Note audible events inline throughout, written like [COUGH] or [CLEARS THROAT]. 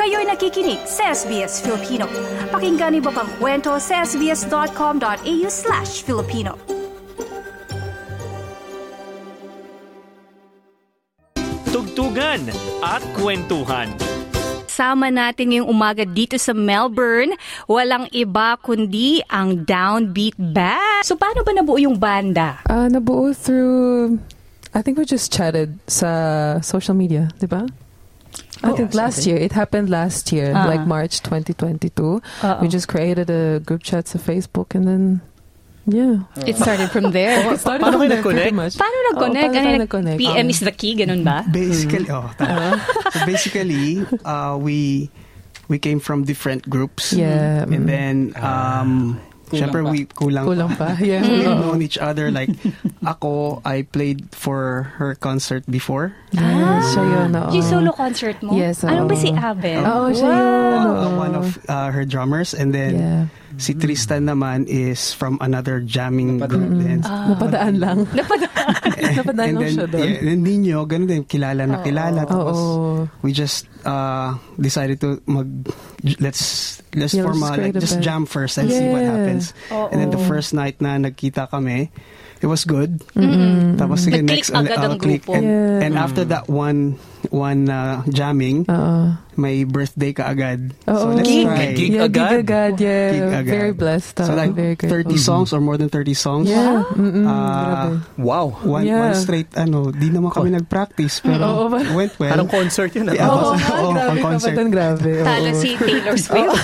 Kayo'y nakikinig sa SBS Filipino. Pakinggan niyo pa ang kwento sa sbs.com.au slash Filipino. tugtugan at kwentuhan. Sama natin ngayong umaga dito sa Melbourne. Walang iba kundi ang Downbeat Band. So paano ba nabuo yung banda? Uh, nabuo through, I think we just chatted sa social media, di ba? Oh, I think last year, it happened last year, Ah. Uh-uh. like March 2022. Uh-oh. We Oh. just created a group chat to Facebook and then, yeah. It started from [LAUGHS] there. It started paano from there, kayo pretty nag-connect? much. Paano nag-connect? Oo, paano Ano, tayo nag-connect? PM Um, is the key, ganun ba? Basically, Mm-hmm. oh, tama. so basically, uh, we we came from different groups. [LAUGHS] Yeah. Mm-hmm. mm, And then, um, syempre, we kulang, Kulang [LAUGHS] Mm-hmm. pa. Yeah. We've Mm. Oo. known each other. Like, ako, I played for her concert before. Ah. Yeah, siya yun. oo. Yung solo concert mo? Yes, ano oo. ba si Abel? Oo, siya yun. Ako oo. one of uh, her drummers. And then, Oh. Yeah. si Tristan naman is from another jamming group. Mm-hmm. Then, Ah. Ah. [LAUGHS] Napadaan lang. Napadaan [LAUGHS] and lang Ah, then, siya doon. yeah, and Nino, ganun din, kilala na kilala. Tapos, Oo. we just uh, decided to mag let's let's Yeah, form let's a, like create a just band. jam first and see what Yeah. happens. And then the first night na nagkita kami, it was good. Tapos sige, Nag-click next ulit, agad ang I'll click. grupo. And, Yeah. and after that one one uh, jamming, Oo. may birthday ka agad. So Oo. let's Gig. try. Gig yeah, agad. Gig agad, yeah. Gig agad. Very blessed. So ako, like very 30 grateful. songs or more than 30 songs. Yeah. Mm-mm, grabe. Uh, Wow. Oh. one, Yeah. one straight, ano, di naman kami nag-practice, pero [LAUGHS] Oo, it went well. Parang concert yun. Yeah, [LAUGHS] ah. Oo, concert. oh, Oo, grabe pang ka concert. ba dun? grabe. oo. Talo si Taylor [LAUGHS] Swift.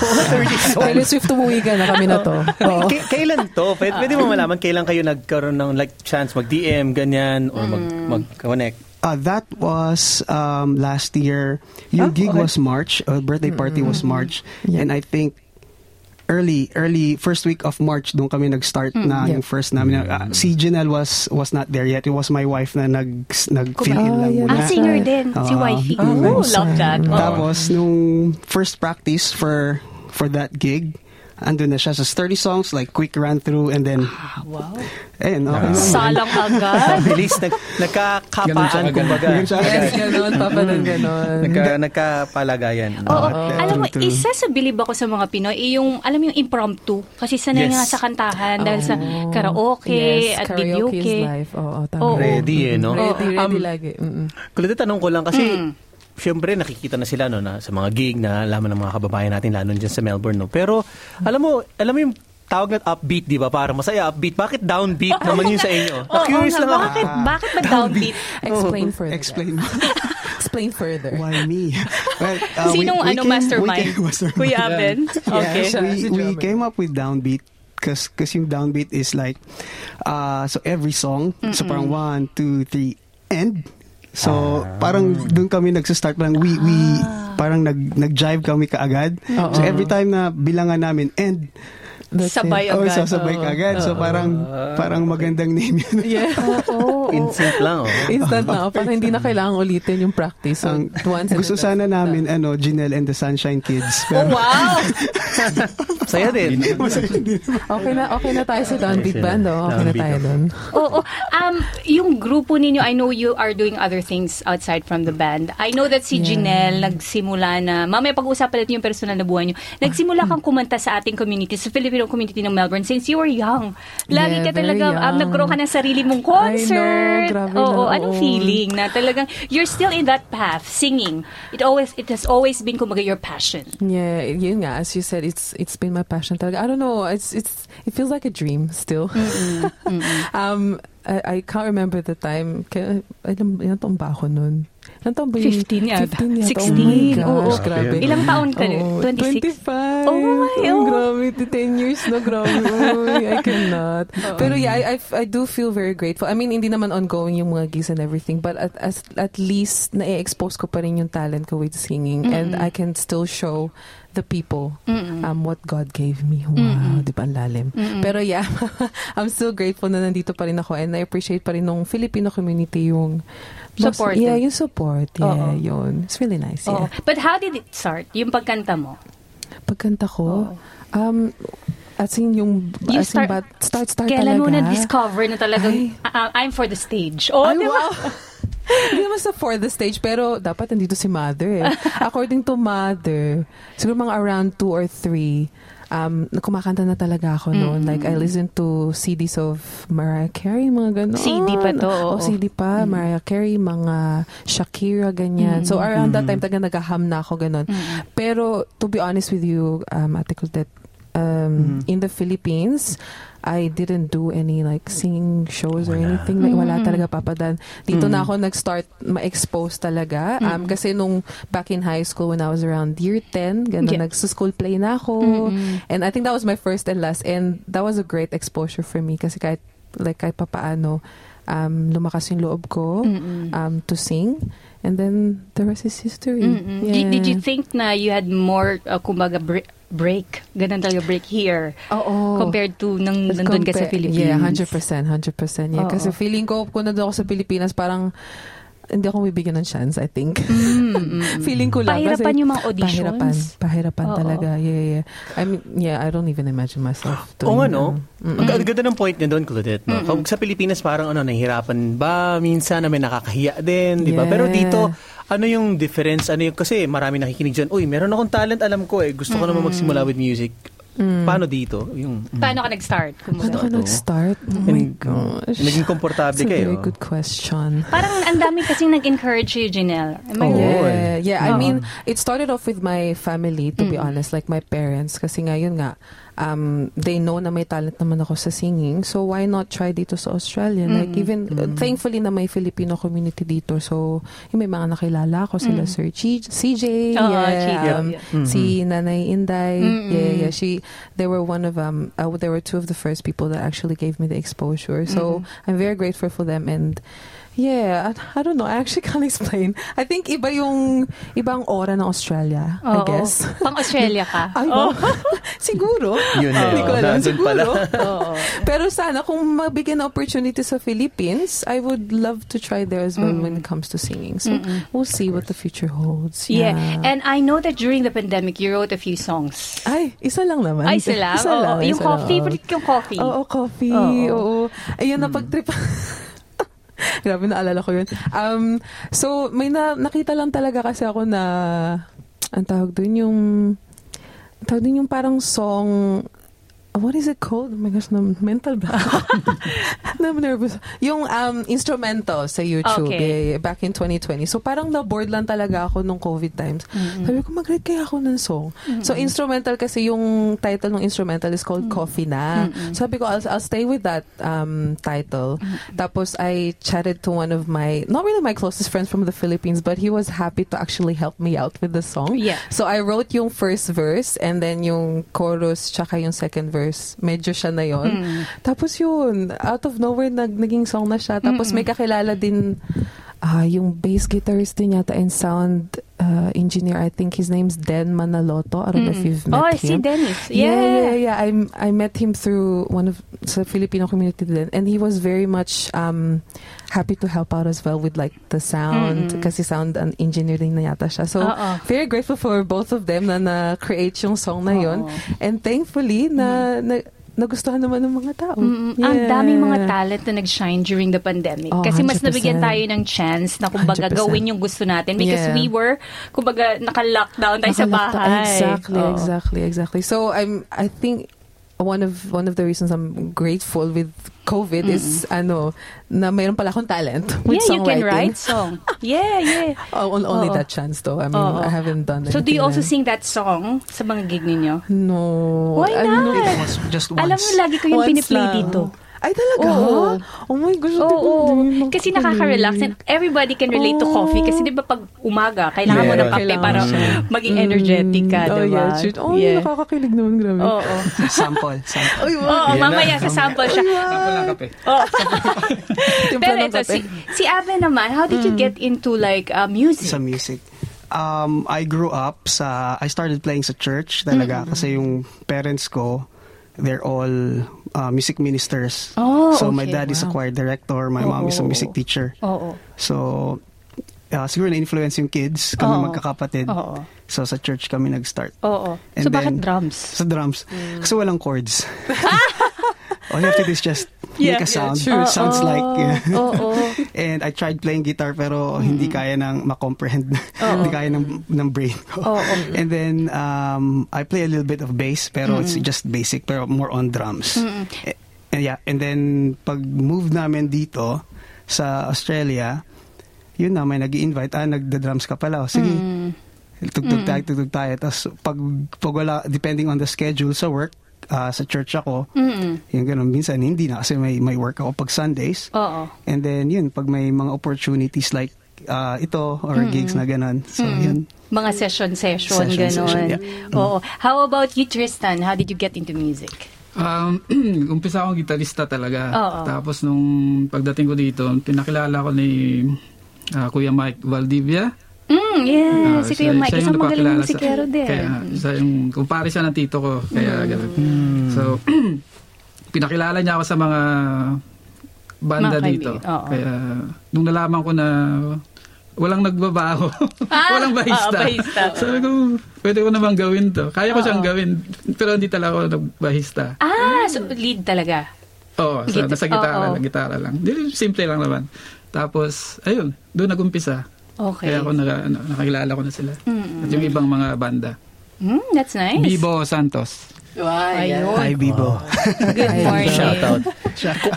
Taylor Swift, umuwigan na kami na to. Oo. K- kailan to? Pwede, Ah. pwede mo malaman kailan kayo nagkaroon ng like chance mag-DM, ganyan, or mag, Hmm. mag-connect? Uh, that was um, last year. Your gig was March. Uh, birthday party was March, Oh, Yeah. and I think early, early first week of March, doon kami nag-start na Yeah. yung first namin. Uh, si Janelle was was not there yet. It was my wife na nag nag fill in Ah, lang yeah. muna. Ang singer din, si Oo. Wifey. Mm. Oh, love that. Oo. Tapos nung first practice for for that gig, andun na siya. So it's 30 songs like quick run through and then Oh, Wow. ayun, okay naman. Salang [LAUGHS] agad. Bilis, nag, nagkakapaan, kumbaga. Ganun siya. Yes, ganon, papa mm. ng ganon. Nagka, nagkapalagayan. uh, Oo. that Oh. alam mo, too. isa sa bilib ako sa mga Pinoy, eh, yung, alam mo yung impromptu. Kasi sanay Yes. nga sa kantahan dahil sa karaoke Oh. yes, at karaoke video is life. Oo, tama. Oo. Ready eh, no? Ready, ready Um, lagi. Mm-mm. Kulit tanong ko lang kasi Hmm. Siyempre, nakikita na sila no, na sa mga gig na alaman ng mga kababayan natin, lalo na dyan sa Melbourne. No? Pero, alam mo, alam mo yung tawag na upbeat, di ba? Para masaya, upbeat. Bakit downbeat naman yun sa Oo, inyo? Na-curious nga, lang ako. Bakit, bakit ba downbeat? [LAUGHS] Explain further. Explain guys. Explain further. Why [LAUGHS] me? Well, uh, we- Sinong we ano came- we mastermind? came- mastermind. Kuya Aben? Okay. siya. we, Si we drummer. came up with downbeat because yung downbeat is like uh, so every song so parang one two three and so parang doon kami nagsa-start parang we we Ah. parang nag nag-jive kami kaagad so every time na bilangan namin and That's it. Sabay oh agad. sasabay kaagad so parang parang magandang name [LAUGHS] yun Yeah. Oo. In sync lang, oh. Instant na. Parang hindi na kailangan ulitin yung practice. So, Ang- once and gusto then sana namin ano Janelle and the Sunshine Kids Oh, pero wow! Saya din. that's- Okay na, okay na tayo sa downbeat band. Oh. Okay na Downbeat, tayo oh. doon. Oo. Um, yung grupo ninyo, I know you are doing other things outside from the band. I know that si Janelle nagsimula na, mamaya pag-uusapan natin yung personal na buhay niyo, nagsimula kang kumanta sa ating community, sa Filipino community ng Melbourne since you were young. Lagi Yeah, ka talaga, very um, young. nagkaroon ka ng sarili mong I concert. know, grabe oo, na, anong oo. feeling na talagang, you're still in that path, singing. It always, it has always been kumbaga your passion. Yeah, yun nga. As you said, it's it's been my passion talaga. I don't know. It's it's it feels like a dream still. [LAUGHS] um, I, I can't remember the time. Kaya, ilan, ilan taon ba ako nun? Ilan taon ba yun? 15 yata. 15 yata. 16, Oh my oo. gosh, grabe. Ilang taon ka nun? Oo, 26? 25. Oh my, Oh, oh. grabe. 10 years na, grabe. Uy, I [LAUGHS] cannot. Pero yeah, I, I, I do feel very grateful. I mean, hindi naman ongoing yung mga gigs and everything, but at, as, at least na-expose ko pa rin yung talent ko with singing and I can still show the people um, what God gave me. Wow, di ba? Ang lalim. Pero yeah, [LAUGHS] I'm still grateful na nandito pa rin ako and I appreciate pa rin nung Filipino community yung Support. Yeah, yung support. Oo. Yeah, yun. It's really nice. Oo. Yeah. But how did it start, yung pagkanta mo? Pagkanta ko, um, as in yung, You as in start- ba, start, start Kailan talaga. mo na-discover na talagang Ay. ah, ah, I'm for the stage? Oh, Ay, di ba? wow. [LAUGHS] Hindi naman sa for the stage, pero dapat nandito si mother eh. [LAUGHS] According to mother, siguro mga around two or three, um, na- kumakanta na talaga ako noon. Like, I listened to CDs of Mariah Carey, mga ganon. CD pa to, oo. Oh, CD pa, Mariah Carey, mga Shakira, ganyan. So, around that time, taga nagaham na ako, ganon. Pero, to be honest with you, um, Ate Claudette, Mm-hmm. um, in the Philippines, I didn't do any like singing shows or Wala. anything. Like, wala talaga papadan. Dito Mm. na ako nag-start ma-expose talaga. Um, Kasi nung back in high school when I was around year 10, ganun, Yeah. nagsuschool play na ako. And I think that was my first and last. And that was a great exposure for me kasi kahit, like, kahit papaano, um, lumakas yung loob ko um, to sing. And then the rest is history. Mm-mm. Di- Yeah. Did, you think na you had more, uh, kumbaga, bre- break? Ganun talaga, break here. Oo. Compared to nang nandun ka sa Compa- Philippines. Oh. Yeah, 100%. 100%. Yeah. Oo. Kasi feeling ko, kung nandun ako sa Pilipinas, parang hindi ako bibigyan ng chance, I think. [LAUGHS] Mm. feeling ko lang. Pahirapan kasi, yung mga auditions. Pahirapan. Pahirapan Oo. talaga. Yeah, yeah. I mean, yeah, I don't even imagine myself doing Oo nga, no? that. Mm. Ang ang ganda ng point niya doon, Claudette. No? Kung sa Pilipinas, parang ano, nahihirapan ba? Minsan na may nakakahiya din, di ba? Yeah. Pero dito, ano yung difference? Ano yung, kasi marami nakikinig dyan, uy, meron akong talent, alam ko eh. Gusto ko naman magsimula with music. Mm. Paano dito? Yung, Paano ka nag-start? Paano Kumbaga? ka Ano? nag-start? Oh my And- gosh. Naging komportable That's a kayo. very good question. Parang ang dami kasing nag-encourage you, Janelle. Am I Oo. right? Yeah, yeah. I Oo. mean, it started off with my family, to be honest, like my parents. Kasi nga, yun nga, um, they know na may talent naman ako sa singing. So, why not try dito sa Australia? Like, even, uh, thankfully na may Filipino community dito. So, yung may mga nakilala ko sila, Sir G- CJ, Oo, yeah, CJ, um, yeah. si Nanay Inday. Mm-mm. Yeah, yeah. She, they were one of, um, uh, they were two of the first people that actually gave me the exposure. So, Mm-hmm. I'm very grateful for them. And, Yeah, I, I don't know. I actually [LAUGHS] can't explain. I think iba yung ibang ora ng Australia, I Oo. guess. Pang-Australia ka. [LAUGHS] [LAUGHS] Ay, Oo. ba? Siguro. Yun na, Hindi ko oh, alam. nandun pala. Siguro. Oo. Pero sana kung mabigyan ng opportunity sa Philippines, I would love to try there as well when it comes to singing. So, we'll see what the future holds. Yeah. Yeah. And I know that during the pandemic, you wrote a few songs. Ay, isa lang naman. Ay, sila? Isa Oo, lang, yung isa lang. coffee. Favorite kong coffee. Oo, oh, coffee. Oo. Mm. Oo. Ayun, napag-trip. [LAUGHS] Grabe, naalala ko yun. Um, so, may na, nakita lang talaga kasi ako na, ang tawag dun yung, ang tawag dun yung parang song, ah, what is it called? Oh my gosh, na, mental block. [LAUGHS] na nervous. Yung um, instrumental sa YouTube, Okay. yeah, yeah, eh, back in 2020. So, parang na-bored lang talaga ako nung COVID times. Sabi ko, mag-write kaya ako ng song. So, instrumental kasi yung title ng instrumental is called Coffee Na. Sabi ko, I'll, I'll stay with that um, title. Tapos, I chatted to one of my, not really my closest friends from the Philippines, but he was happy to actually help me out with the song. Yeah. So, I wrote yung first verse and then yung chorus tsaka yung second verse. Medyo siya na yon. Tapos yun, out of nowhere, nag, naging song na siya. Tapos may kakilala din ah yung bass guitarist din yata and sound uh, engineer. I think his name's Den Manaloto. I don't know if you've met Oh, I him. see Dennis. Yeah, yeah, Yeah. yeah. I'm- I met him through one of the Filipino community then, and he was very much um, happy to help out as well with like the sound, kasi sound and engineer din na yata siya. So Oo. very grateful for both of them na na-create yung song na yon, Oo. and thankfully na, na nagustuhan naman ng mga tao. Mm, Ang Yeah. daming mga talent na nag-shine during the pandemic. Oh, Kasi mas 100%. nabigyan tayo ng chance na kumbaga 100%. gawin yung gusto natin because Yeah. we were kumbaga naka-lockdown tayo sa Nakalakta- bahay. Oh. Exactly, Oo. exactly, exactly. So I'm I think one of one of the reasons I'm grateful with COVID is ano na mayroon pala akong talent [LAUGHS] with Mm-hmm. Yeah, you can songwriting. write song. Yeah, [LAUGHS] yeah. Oh, on- only Oo. that chance though. I mean, Oo. I haven't done Oh. So do you also anything sing that song sa mga gig ninyo? then. No. Why I not? mean, Once, just once. Alam mo, lagi ko yung once piniplay lang. dito. Ay, talaga? Oo. Oh my gosh. Oo, di ko- oo. di ko kasi nakuha nakaka-relax and everybody can relate to Oo. coffee kasi di ba pag umaga, kailangan mo Yeah, ng kape kailangan para siya. maging energetic ka, Oh. di Mm. Oh, ba? yeah. shoot. Oh, nakakakilig naman. Grabe. Oo. Sample. Sample. Ay, wow. [LAUGHS] Oo, Yan mamaya na. sasample siya. Sample lang kape. Oo. [LAUGHS] Timpla Pero ng ito, kape. si, Mm. si Ave naman, how did you get into like uh, music? Sa music. Um, I grew up sa, I started playing sa church talaga Mm-hmm. kasi yung parents ko, they're all uh, music ministers. Oh, so my okay. Oh. dad is a Wow. choir director, my mom is a Oo. music teacher. Oo. So, uh, siguro na-influence yung kids kami Oo. magkakapatid. Oo. So sa church kami nag-start. Oo. And [LAUGHS] So bakit then- drums? [LAUGHS] Sa drums. Kasi walang chords. all you have to do is just Yeah, yeah, make a Oh. sound. true. It sounds like yeah. Oo. And I tried playing guitar pero hindi kaya ng [LAUGHS] ma-comprehend. hindi kaya ng, ng brain ko. Oo. And then um, I play a little bit of bass pero it's just basic pero more on drums. Eh, And yeah, and then pag move namin dito sa Australia, yun na may nag-invite ah nagda-drums ka pala. O, Sige. Mm. Tugtog tayo, tugtog tayo. Tapos pag, pag wala, depending on the schedule sa work, ah, sa church ako, Mm. yung ganun, minsan hindi na kasi may, may work ako pag Sundays. Oo. And then yun, pag may mga opportunities like ah, ito or gigs na ganun. So yun. Mm. Mga session-session, Session, gano'n. session, yeah. Oo. How about you, Tristan? How did you get into music? Um, [CLEARS THROAT] umpisa akong gitarista talaga. Oo. Tapos nung pagdating ko dito, pinakilala ko ni ah, Kuya Mike Valdivia. Mm, yeah. Ah, si Kuya siya- Mike, siya yung isang magaling napakilala na si sa- Kero din. Mm. Kaya, ah. siya yung, kumpare siya ng tito ko. Kaya, ganun. So, [CLEARS THROAT] pinakilala niya ako sa mga banda Mga kaibigan, dito. oo. Kaya, nung nalaman ko na walang nagbabaho, [LAUGHS] walang bahista. Ah, oo, bahista, oo. Sabi ko, pwede ko namang gawin to. Kaya ko siyang gawin, pero hindi talaga ako nagbahista. Ah, so lead talaga. Oo, sa, Git- nasa gitara oo. lang, gitara lang. Di- Simple lang naman. Tapos, ayun, doon nagumpisa. Okay. Kaya ako naka, ano, nakakilala ko na sila. Mm-mm. At yung ibang mga banda. Mm, that's nice. Bibo Santos. Ayun. Hi, Bibo. Good morning. Ah. Shout out.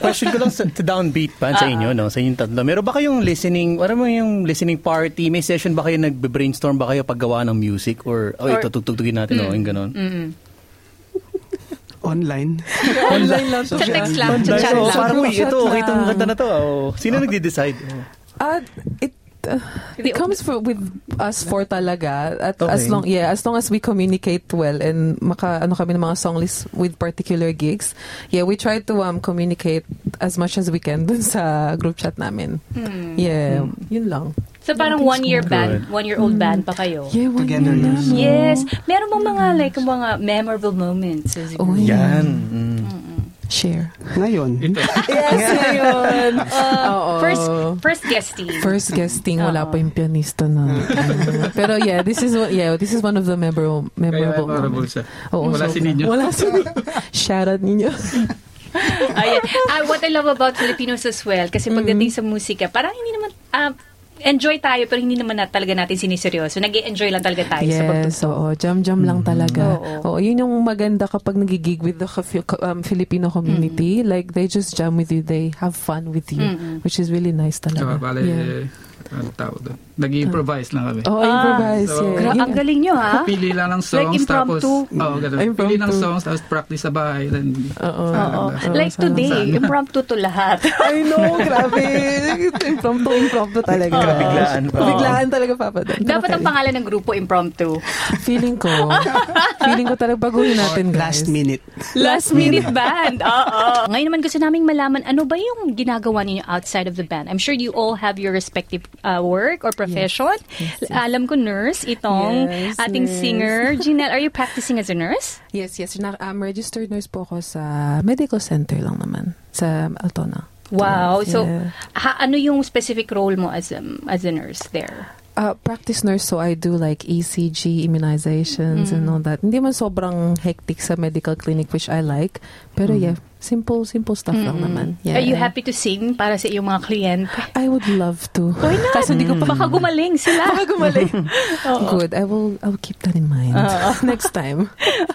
Question ko lang sa, to downbeat pa sa inyo, no? Sa inyong tatlo. Meron ba kayong listening, ano mo yung listening party? May session ba kayo nagbe-brainstorm ba kayo paggawa ng music? Or, oh, ito, tugtugtugin natin, no? Yung ganon. Mm. [LAUGHS] Online. [LAUGHS] Online lang to Sa siya. text lang, sa chat So, lang. oh, parang, uy, Chat ito, okay lang. itong kanta na to. Oh. Sino nagde-decide? Oh. Ah, it uh, The- it comes for, with us for talaga at Okay. as long yeah as long as we communicate well and maka ano kami ng mga song list with particular gigs yeah we try to um communicate as much as we can dun sa group chat namin yeah yun lang Mm. So parang one year band, Good. one year old band pa kayo. yeah one Together, year yes. lang. Yes. Meron bang mga like mga memorable moments? as you- [LAUGHS] Oh, yeah. Yan. Mm. share Ngayon. Ito. yes ngayon Oo. Uh, First first guesting. First guesting, wala pa yung pianista na. Pero yeah, this is one, yeah, this is one of the memorable Kaya memorable. memorable moments. siya. Oo, Wala sobra. si Ninyo. Wala si ninyo. [LAUGHS] Shoutout ninyo. Ayan. Ah, what I love about Filipinos as well, kasi pagdating sa musika, parang hindi naman, ah, enjoy tayo, pero hindi naman na talaga natin siniseryoso. nag enjoy lang talaga tayo sa pagtutugtog. Yes, oo. Jam-jam lang talaga. Oo. Oo. yun yung maganda kapag nagigig with the kafi- ka- um, Filipino community. Like, they just jam with you. They have fun with you. Mm-mm. Which is really nice Tsaka talaga. pala, yeah. eh, ano tawag doon? Nag-improvise lang kami. Oh, Ah, improvise. so- yeah. Gra- Yun ang galing nyo, ha? Pili lang ng [LAUGHS] Like songs, tapos... impromptu. Oo, ganun. Impromptu. Pili ng songs, tapos practice sa bahay. Then, ah, Oo. saan Oo. lang. Oo, Like sana- today, impromptu to lahat. I know, grabe. [LAUGHS] impromptu, impromptu talaga. Grabe, biglaan pa. [LAUGHS] Biglaan talaga, Papa. Don. [LAUGHS] Dapat ang Okay. pangalan ng grupo, impromptu. Feeling [LAUGHS] ko. feeling ko talaga baguhin natin, guys. Oh, Last minute. Last minute band. Oo. Ngayon naman gusto naming malaman ano ba yung ginagawa ninyo outside of the band. I'm sure you all have your respective uh, work or profession. Alam ko nurse itong Yes, ating nurse. [LAUGHS] singer. Janelle, are you practicing as a nurse? Yes, yes. Na, I'm registered nurse po ako sa medical center lang naman. Sa Altona. Wow. So Yeah. ha- ano yung specific role mo as um, as a nurse there? Uh, practice nurse, so I do like ECG immunizations Mm. and all that. Hindi man sobrang hectic sa medical clinic, which I like. Pero yeah, simple, simple stuff lang naman. Mm. Yeah. Are you happy to sing para sa iyong mga kliyente? I would love [LAUGHS] to. Why not? Kaso di ko pa Baka gumaling sila. [LAUGHS] Baka Good. I will, I will keep that in mind. [LAUGHS] Next time.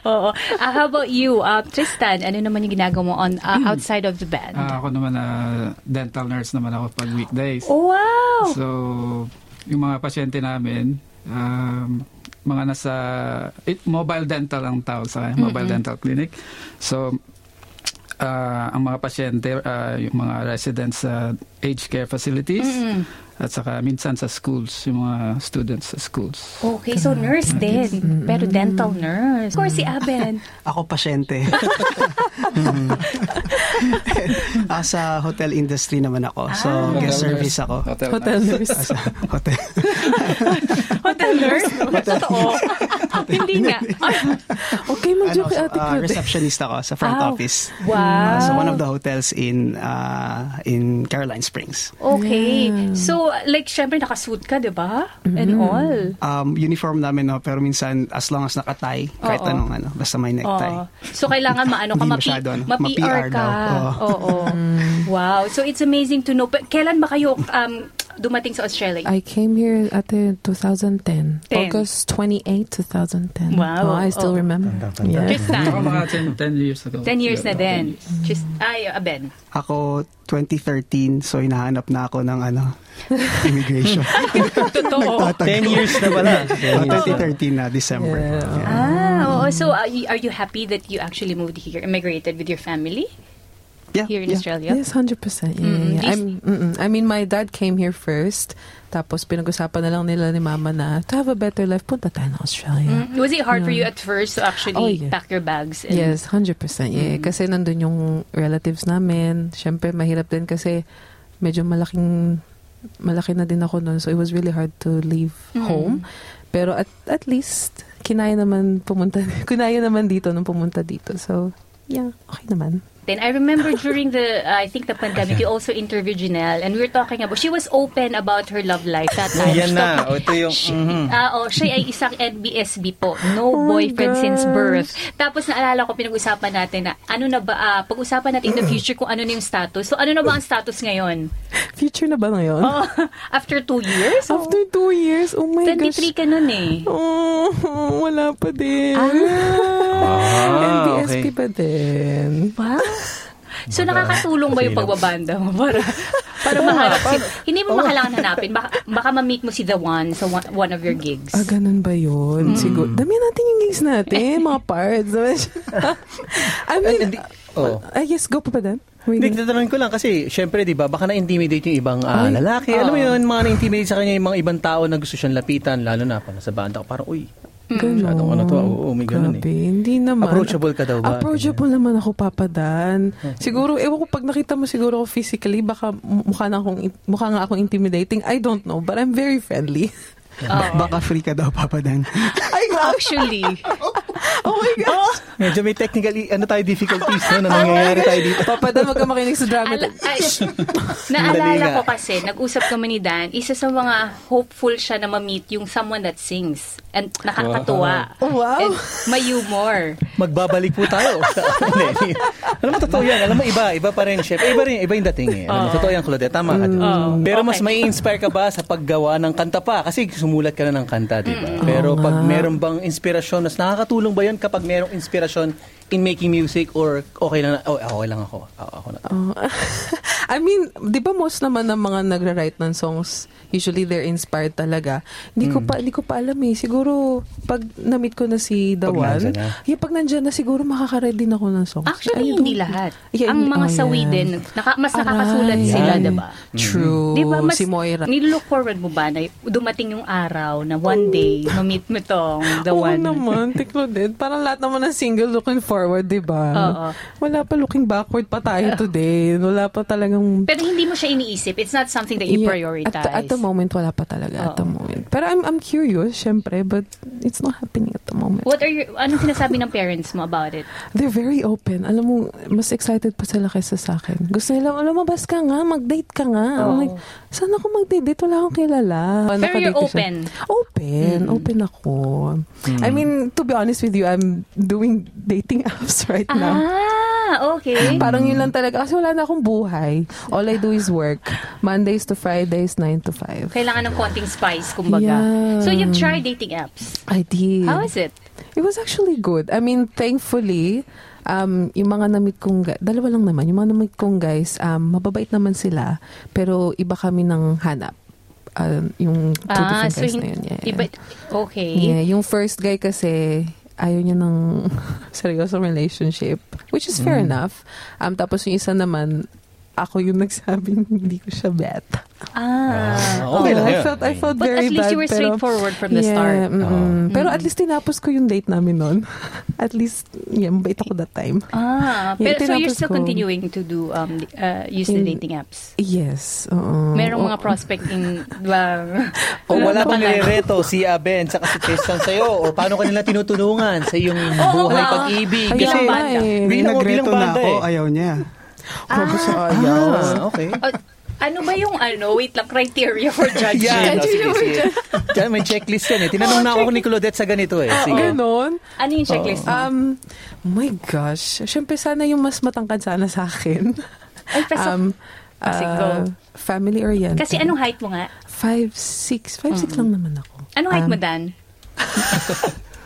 Oo. Ah, how about you, uh, Tristan? Ano naman yung ginagawa mo on ah, outside of the band? Ah, ako naman, ah, dental nurse naman ako pag weekdays. oh, wow! So, yung mga pasyente namin, um, mga nasa it, mobile dental ang tawag sa kanya, mobile dental clinic. So, ah, ang mga pasyente, ah, yung mga residents sa aged care facilities, at saka minsan sa schools, yung mga students sa schools. Okay, so nurse din. Pero dental nurse. Of course, si Aben. Ako pasyente. Mm-hmm. [LAUGHS] Ah, sa hotel industry naman ako. So, Ah. guest service ako. Hotel, [LAUGHS] Hotel nurse. Hotel. Hotel nurse? Totoo. Hindi [LAUGHS] nga. [LAUGHS] Okay, ano, mag-joke kay so, Ate uh, Kat. receptionista ko sa front Ah, office. wow. Uh, so one of the hotels in uh, in Caroline Springs. Okay. So, like, syempre, nakasuit ka, di ba? And all. Um, uniform namin, no? pero minsan, as long as nakatie, kahit Oo. anong ano, basta may necktie. Oo. So, kailangan maano ka, Hindi mapi, masyado, ano, ma-PR ma-PR ka. daw. Oo. Wow. So, it's amazing to know. Pe- Kailan ba kayo um, dumating sa Australia? I came here at the 2010. Ten. August 28, 2010. Wow. Oh, I still Oh. remember. Dun, dun, dun, Yeah. Just that. Ako mga 10, 10 years ago. 10 years na Yeah, din. Just, ay, ah, Ben. Ako, 2013, so hinahanap na ako ng ano, immigration. Totoo. 10 years na [LAUGHS] pala. Uh, 10 years 2013 na. na, December. Yeah. Yeah. Ah, oo. So, are you, are you happy that you actually moved here, immigrated with your family Yeah, here in yeah. Australia? Yes, 100%. Yeah, Mm, yeah, yeah. this- I'm- mm-mm. I mean, my dad came here first. Tapos pinag-usapan na lang nila ni mama na to have a better life, punta tayo ng Australia. Mm, Was it hard for you at first to actually Oh, yeah. pack your bags? And, Yes, 100%. Yeah. Kasi nandun yung relatives namin. Siyempre, mahirap din kasi medyo malaking malaki na din ako noon. So, it was really hard to leave Mm. home. Pero at, at least, kinaya naman pumunta. [LAUGHS] kinaya naman dito nung pumunta dito. So, yeah, okay naman. Then I remember during the, uh, I think the pandemic, [LAUGHS] you also interviewed Janelle and we were talking about, she was open about her love life that time. She Yan na. [LAUGHS] talked- O, ito yung... She, Mhm. ah, oh, siya ay isang NBSB po. No Oh my boyfriend since gosh. birth. Tapos naalala ko, pinag-usapan natin na, ano na ba, ah, pag-usapan natin in [CLEARS THROAT] the future kung ano na yung status. So ano na ba ang status ngayon? Future na ba ngayon? Oh, [LAUGHS] after two years? After two years, oh my gosh. 23 ka nun eh. Oh, wala pa din. Ah, Ah, NBSP okay. pa din. Wow. So nakakatulong ba yung Kasi pagbabanda mo [LAUGHS] para para mahanap si hindi mo makalangan hanapin baka, baka ma-meet mo si the one sa one, one of your gigs. Ah, ganun ba yun? Hmm. Siguro. Dami natin yung gigs [LAUGHS] natin, mga parts. I mean, Oh. ah, yes, go pa ba din? Hindi, tatanungin ko lang kasi, syempre, di ba, baka na-intimidate yung ibang ah, lalaki. Alam mo yun, mga na-intimidate sa kanya yung mga ibang tao na gusto siyang lapitan, lalo na pa nasa banda ko. Parang, uy, masyadong ano to, ah, oo, may Grabe, ganun eh. hindi naman. Approachable ka daw ba? Approachable naman ako, Papa Dan. Siguro, ewan ko, pag nakita mo siguro ako physically, baka mukha, na akong, mukha nga akong intimidating. I don't know, but I'm very friendly. [LAUGHS] Oh. Ba- baka free ka daw, Papa Dan. Ay, grabe. [LAUGHS] Actually, Oh my God. [LAUGHS] Medyo may technical, ano tayo, difficulties no, na nangyayari tayo dito. Papa Dan, wag ka makinig sa drama. ala- ay, [LAUGHS] naalala nga. ko kasi, nag-usap kami ni Dan, isa sa mga hopeful siya na ma-meet yung someone that sings. And nakakatuwa. Wow. Wow. And may humor. Magbabalik po tayo. [LAUGHS] Hindi. alam mo, totoo yan. Alam mo, iba. Iba pa rin, chef. Eh, Iba rin, iba yung dating eh. Alam mo, totoo yan, Claudette. Tama ka. din. Oo. Pero mas Okay. may inspire ka ba sa paggawa ng kanta pa? Kasi sumulat ka na ng kanta, di ba? Mm. Pero pag meron bang inspirasyon, mas nakakatulong ba yan kapag merong inspirasyon in making music or okay lang na, oh, okay lang ako. Ako, ako na. Ah. Oh. [LAUGHS] I mean, di ba most naman ng mga nagra-write ng songs, usually they're inspired talaga. Hindi Hmm. ko pa, hindi ko pa alam eh. Siguro, pag na-meet ko na si The Pag One, nandyan na. yeah, pag nandyan na, siguro makaka-write din ako ng songs. I Actually, don't- hindi lahat. Yeah, Ang hindi- mga oh, sawi yeah. din, naka- mas nakakasulat Aray. sila, di ba? True. Di ba, Diba, mas si Moira. nilook forward mo ba na dumating yung araw na one day, mamit mo tong the Oo one. naman, [LAUGHS] tiklo din. Parang lahat naman ng single looking forward, di ba? Oo. Wala pa looking backward pa tayo today. Wala pa talagang Pero hindi mo siya iniisip. It's not something that you Yeah, prioritize. At, at the moment, wala pa talaga at the Oo. moment. Pero I'm, I'm curious, syempre, but it's not happening at the moment. What are your, anong sinasabi ng parents mo about it? They're very open. Alam mo, mas excited pa sila kaysa sa akin. Gusto nila, alam mabas ka nga, mag-date ka nga. Oo. I'm like, saan ako mag-date? Dito wala akong kilala. Pero you're Nakadate Oh, siya. open. Open. Open ako. I mean, to be honest with you, I'm doing dating [LAUGHS] apps right now. Ah, okay. [LAUGHS] Parang yun lang talaga. Kasi wala na akong buhay. All I do is work. Mondays to Fridays, 9 to 5. Kailangan ng konting spice, kumbaga. Yeah. So you've tried dating apps. I did. How is it? It was actually good. I mean, thankfully, um, yung mga namit kong guys, dalawa lang naman, yung mga namit kong guys, um, mababait naman sila, pero iba kami ng hanap. Um, yung two different guys Ah, hin- na yun. Yeah, yeah. iba, okay. Yeah, yung first guy kasi, ayaw niya [LAUGHS] Mm. ng seryosong relationship, which is fair enough. Um, tapos yung isa naman, ako yung nagsabing [LAUGHS] hindi ko siya bet. Ah. Ah, okay Oo, lang I yun. felt, I felt But very at least bad. you were pero- straightforward from the yeah, start. mm-mm. Oh. Oo. Pero at least tinapos ko yung date namin noon. [LAUGHS] at least, yeah, mabait ako that time. Ah, Yung pero so you're tinapos still ko. continuing to do um the- uh, use the In- dating apps. Yes. Oo. Merong Oo. mga prospecting ba? O Oh, wala ba bang tayo? nirereto si Aben sa si Christian sa'yo? O paano kanila tinutunungan sa iyong Oo buhay nga. pag-ibig? Ayun Bilang Kasi, nga banda. eh. Bilang- Nagreto bilang na banda ako, eh. ayaw niya. Ah, ah, okay. Uh, ano ba yung ano? Wait lang, criteria for judging. Judge Ah, Yan, oh, sige, yun, sige. Diyan, may checklist yan eh. Tinanong na ako ni Claudette sa ganito eh. Sige. Ganon. Ano yung checklist mo? Um, my gosh. Siyempre, sana yung mas matangkad sana sa akin. uh, Ay, paso- um, Ah, sige, go. family oriented. Kasi ano- Mm. anong height mo nga? 5'6". 5'6 lang naman ako. Anong height Um, mo, Dan?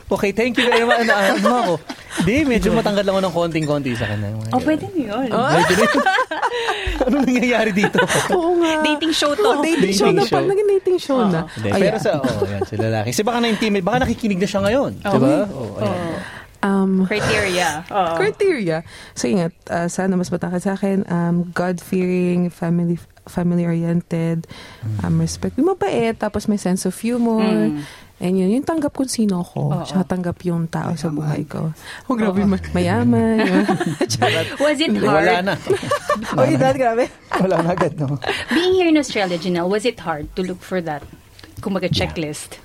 Okay, thank you very much. Ano, ano ako? Di, medyo matangkad lang ako ng konting-konti sa kanya. Mga Oh, ganun. pwede na yun. Medyo [LAUGHS] na- ano nangyayari dito? Oo nga. Dating show to. Oh, dating, show na. Dating Pag show. naging dating show na. Hindi, Ayan. pero sa, oh, yan, sa lalaki. Kasi baka na-intimate, baka nakikinig na siya ngayon. Oh. Diba? Oh, ayan. Oh. um, Criteria. Oh. Oo. criteria. So ingat, ah, sana mas matangkad sa akin. Um, God-fearing, family family-oriented, um, respect. Yung mabait, tapos may sense of humor. Mm. And yun, yung tanggap kung sino ko. Oo. Tsaka tanggap yung tao sa buhay ko. Oh, grabe, ma- [LAUGHS] mayaman. Was it Diba? Wala hard? na. oh, yun, dad, grabe. Wala na agad, no? Being here in Australia, Janelle, was it hard to look for that? Kumbaga checklist.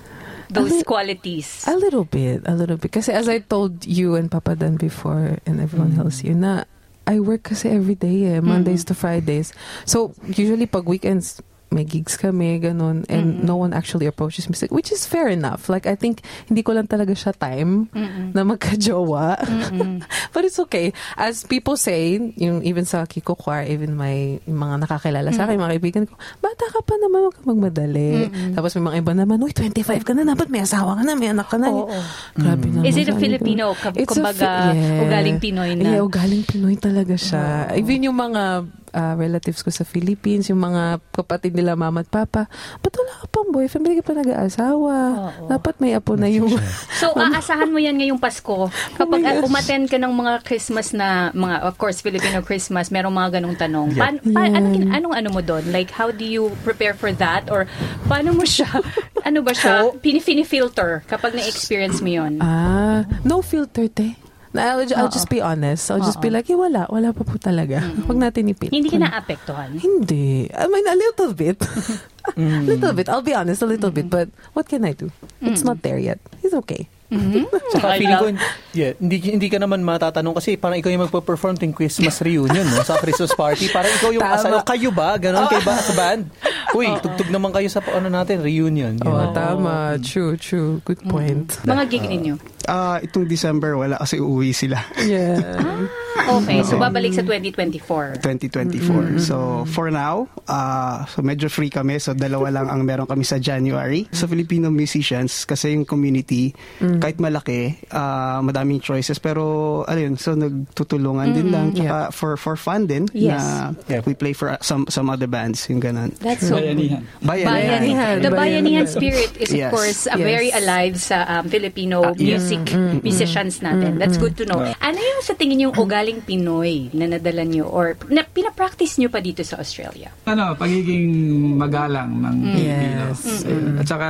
Those Ako- qualities. A little bit, a little bit. Kasi as I told you and Papa Dan before and everyone else here na I work kasi every day eh, Mondays to Fridays. So usually pag weekends, may gigs kami, ganun, and no one actually approaches me, which is fair enough. Like, I think, hindi ko lang talaga siya time na magka-jowa. [LAUGHS] But it's okay. As people say, yung even sa Kiko Kwar, even my yung mga nakakilala Mm. sa akin, mga kaibigan ko, bata ka pa naman, huwag ka magmadali. Tapos may mga iba naman, uy, 25 ka na, dapat may asawa ka na, may anak ka na. Oo. Mm. Grabe naman. Is it a Sabi ko, Filipino? Kab- It's a kumbaga, Fi- yes. ugaling Pinoy na? Yeah, ugaling Pinoy talaga siya. Even yung mga ah, relatives ko sa Philippines, yung mga kapatid nila, mama at papa, ba't wala ka pang boyfriend? Hindi ka pa nag-aasawa. Oo. Dapat may apo na yung... [LAUGHS] So, aasahan mo yan ngayong Pasko. Kapag Oh my gosh. umaten ka ng mga Christmas na, mga of course, Filipino Christmas, merong mga ganong tanong. Paano- pa- Yeah. anong, gin- anong ano mo doon? Like, how do you prepare for that? Or, paano mo siya, [LAUGHS] ano ba siya, pinifini-filter kapag na-experience mo yun? Ah, no filter, te. Na, I'll, ju- I'll Oo. just be honest. I'll just be like, eh, wala. Wala pa po talaga. Huwag natin ipilit. Hindi ka naapektuhan. Hindi. I mean, a little [LAUGHS] bit. A little Mm. bit. I'll be honest, a little bit. But what can I do? It's not there yet. It's okay. Hmm. I Saka feeling ko, love- yeah, hindi, hindi ka naman matatanong kasi parang ikaw yung magpa-perform ting Christmas reunion, no? Sa Christmas party. Parang ikaw yung Tama. asawa. Kayo ba? Ganon kayo ba sa band? Uy, tugtog naman kayo sa ano natin, reunion. Oh, Ganon. tama. True, true. Good point. Mga gig ninyo. Ah, itong December, wala kasi uuwi sila. [LAUGHS] Yeah. Okay, so babalik sa 2024. 2024. So, for now, ah, so medyo free kami. So, dalawa lang ang meron kami sa January. Sa Filipino musicians, kasi yung community, kahit malaki, ah, madaming choices. Pero, ano yun, so nagtutulungan din lang. Tsaka for, for fun din. Yes. Na Yeah. we play for some, some other bands, yung ganun. That's so Bayanihan. Bayan. Bayanihan. Bayanihan. The Bayanihan Bayanihan. spirit is, of Yes. Ah, Mm, course, uh, Yes. very alive sa um, Filipino music musicians natin. That's good to know. Ano yung sa tingin yung ugaling Pinoy na nadala nyo or na, pinapractice nyo pa dito sa Australia? Ano, pagiging magalang ng Mm. Pilipino. Yes. Ayun. At saka,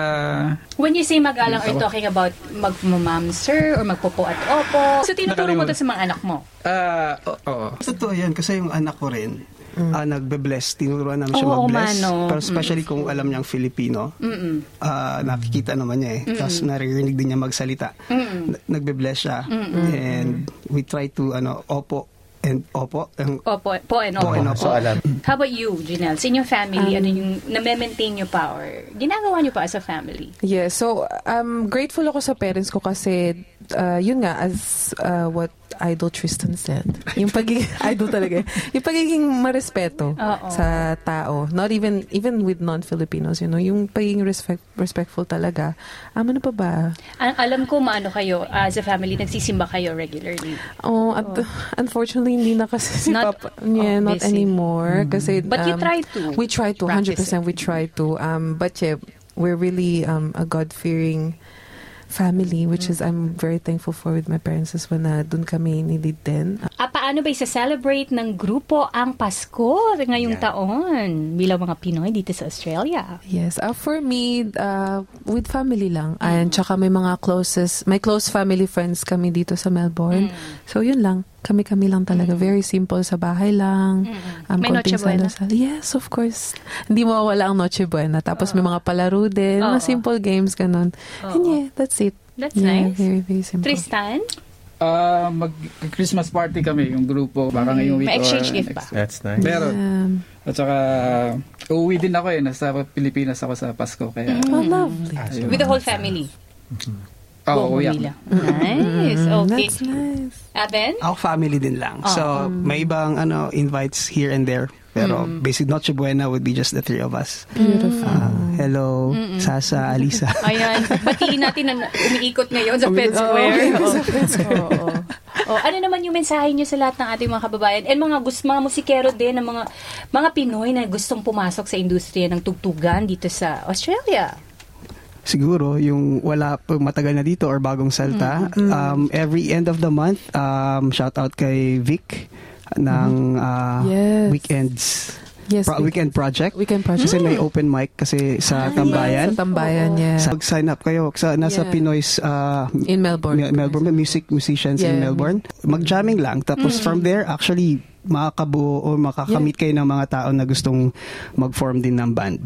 When you say magalang, are you talking about magmamam sir or magpopo at opo? So, tinuturo mo to sa mga anak mo? ah, oo. oo. Totoo yan, kasi yung anak ko rin, ah, nagbe-bless, tinuruan namin siya Mm. Oo, mag-bless. mano. Mm. Pero especially kung alam niyang Filipino, Mm-mm. ah, nakikita naman niya eh. Tapos naririnig din niya magsalita. Mm-mm. N- Nagbe-bless siya. And we try to, ano, opo and opo. Ang, Opo, po and Po and opo. opo. So, alam. How about you, Janelle? Sa inyong family, ano yung na-maintain nyo pa or ginagawa nyo pa as a family? Yeah, so um grateful ako sa parents ko kasi uh, yun nga as uh, what Idol Tristan said. Yung pagiging [LAUGHS] idol talaga. eh. Yung pagiging marespeto Oo. sa tao. Not even even with non-Filipinos, you know, yung pagiging respect, respectful talaga. Ah, ano pa ba? Ang alam ko, maano kayo, as a family, nagsisimba kayo regularly. Oh, at unfortunately hindi na kasi si Not- Papa. Yeah, oh, not busy. anymore kasi But you um, try to We try to practice 100% we try to um but yeah, we're really um a God-fearing Mm. family which is I'm very thankful for with my parents as well na dun uh, kami ni din. Ah, paano ba isa-celebrate ng grupo ang Pasko ngayong taon bilang mga Pinoy dito sa Australia? Yes. Uh, for me, uh, with family lang. And tsaka may mga closest, my close family friends kami dito sa Melbourne. Mm. So, yun lang. Kami-kami lang talaga. Very simple. Sa bahay lang. Um, Mm. May konting Noche Buena? salo-salo. Yes, of course. Hindi mawawala ang Noche Buena. Tapos may Oh. mga palaro din. Mga Oo. simple games, ganun. And Oo. yeah, that's it. Oh. That's Yeah, nice. Very, very simple. Tristan? Ah, mag-Christmas party kami, yung grupo. Baka ngayong Mm, week May exchange or gift next ba? week. That's nice. Meron. Yeah. At saka, uuwi din ako eh. Nasa Pilipinas ako sa Pasko. Kaya, Oh, lovely. ayun. Mm. With the whole family? Oo, Buong uwi ako. pamilya. Nice. Mm, Okay. That's nice. Aben? Ako family din lang. Ah. so, may ibang ano, invites here and there. Pero Mm. basic Noche Buena would be just the three of us. Beautiful. Ah, hello, Sasa, Alisa. [LAUGHS] Ayan. Batiin natin na umiikot ngayon sa Fed Oo, Square. [LAUGHS] sa Fed Square. Oo. Oh, ano naman yung mensahe nyo sa lahat ng ating mga kababayan and mga gusto mga musikero din ng mga mga Pinoy na gustong pumasok sa industriya ng tugtugan dito sa Australia. siguro yung wala pa matagal na dito or bagong salta Mm-hmm. um, every end of the month um, shout out kay Vic ng ah, Mm-hmm. Yes. weekends Yes, Pro- we- weekend project Weekend project. Mm. Ah, kasi may open mic kasi sa Tambayan Sa Tambayan, yeah. sa sign up kayo sa nasa Yeah. Pinoy's ah, In Melbourne. Mel- Melbourne music musicians in Yeah. Mm-hmm. Melbourne mag-jamming lang tapos from there actually makakabuo o makakamit kayo ng mga tao na gustong mag-form din ng band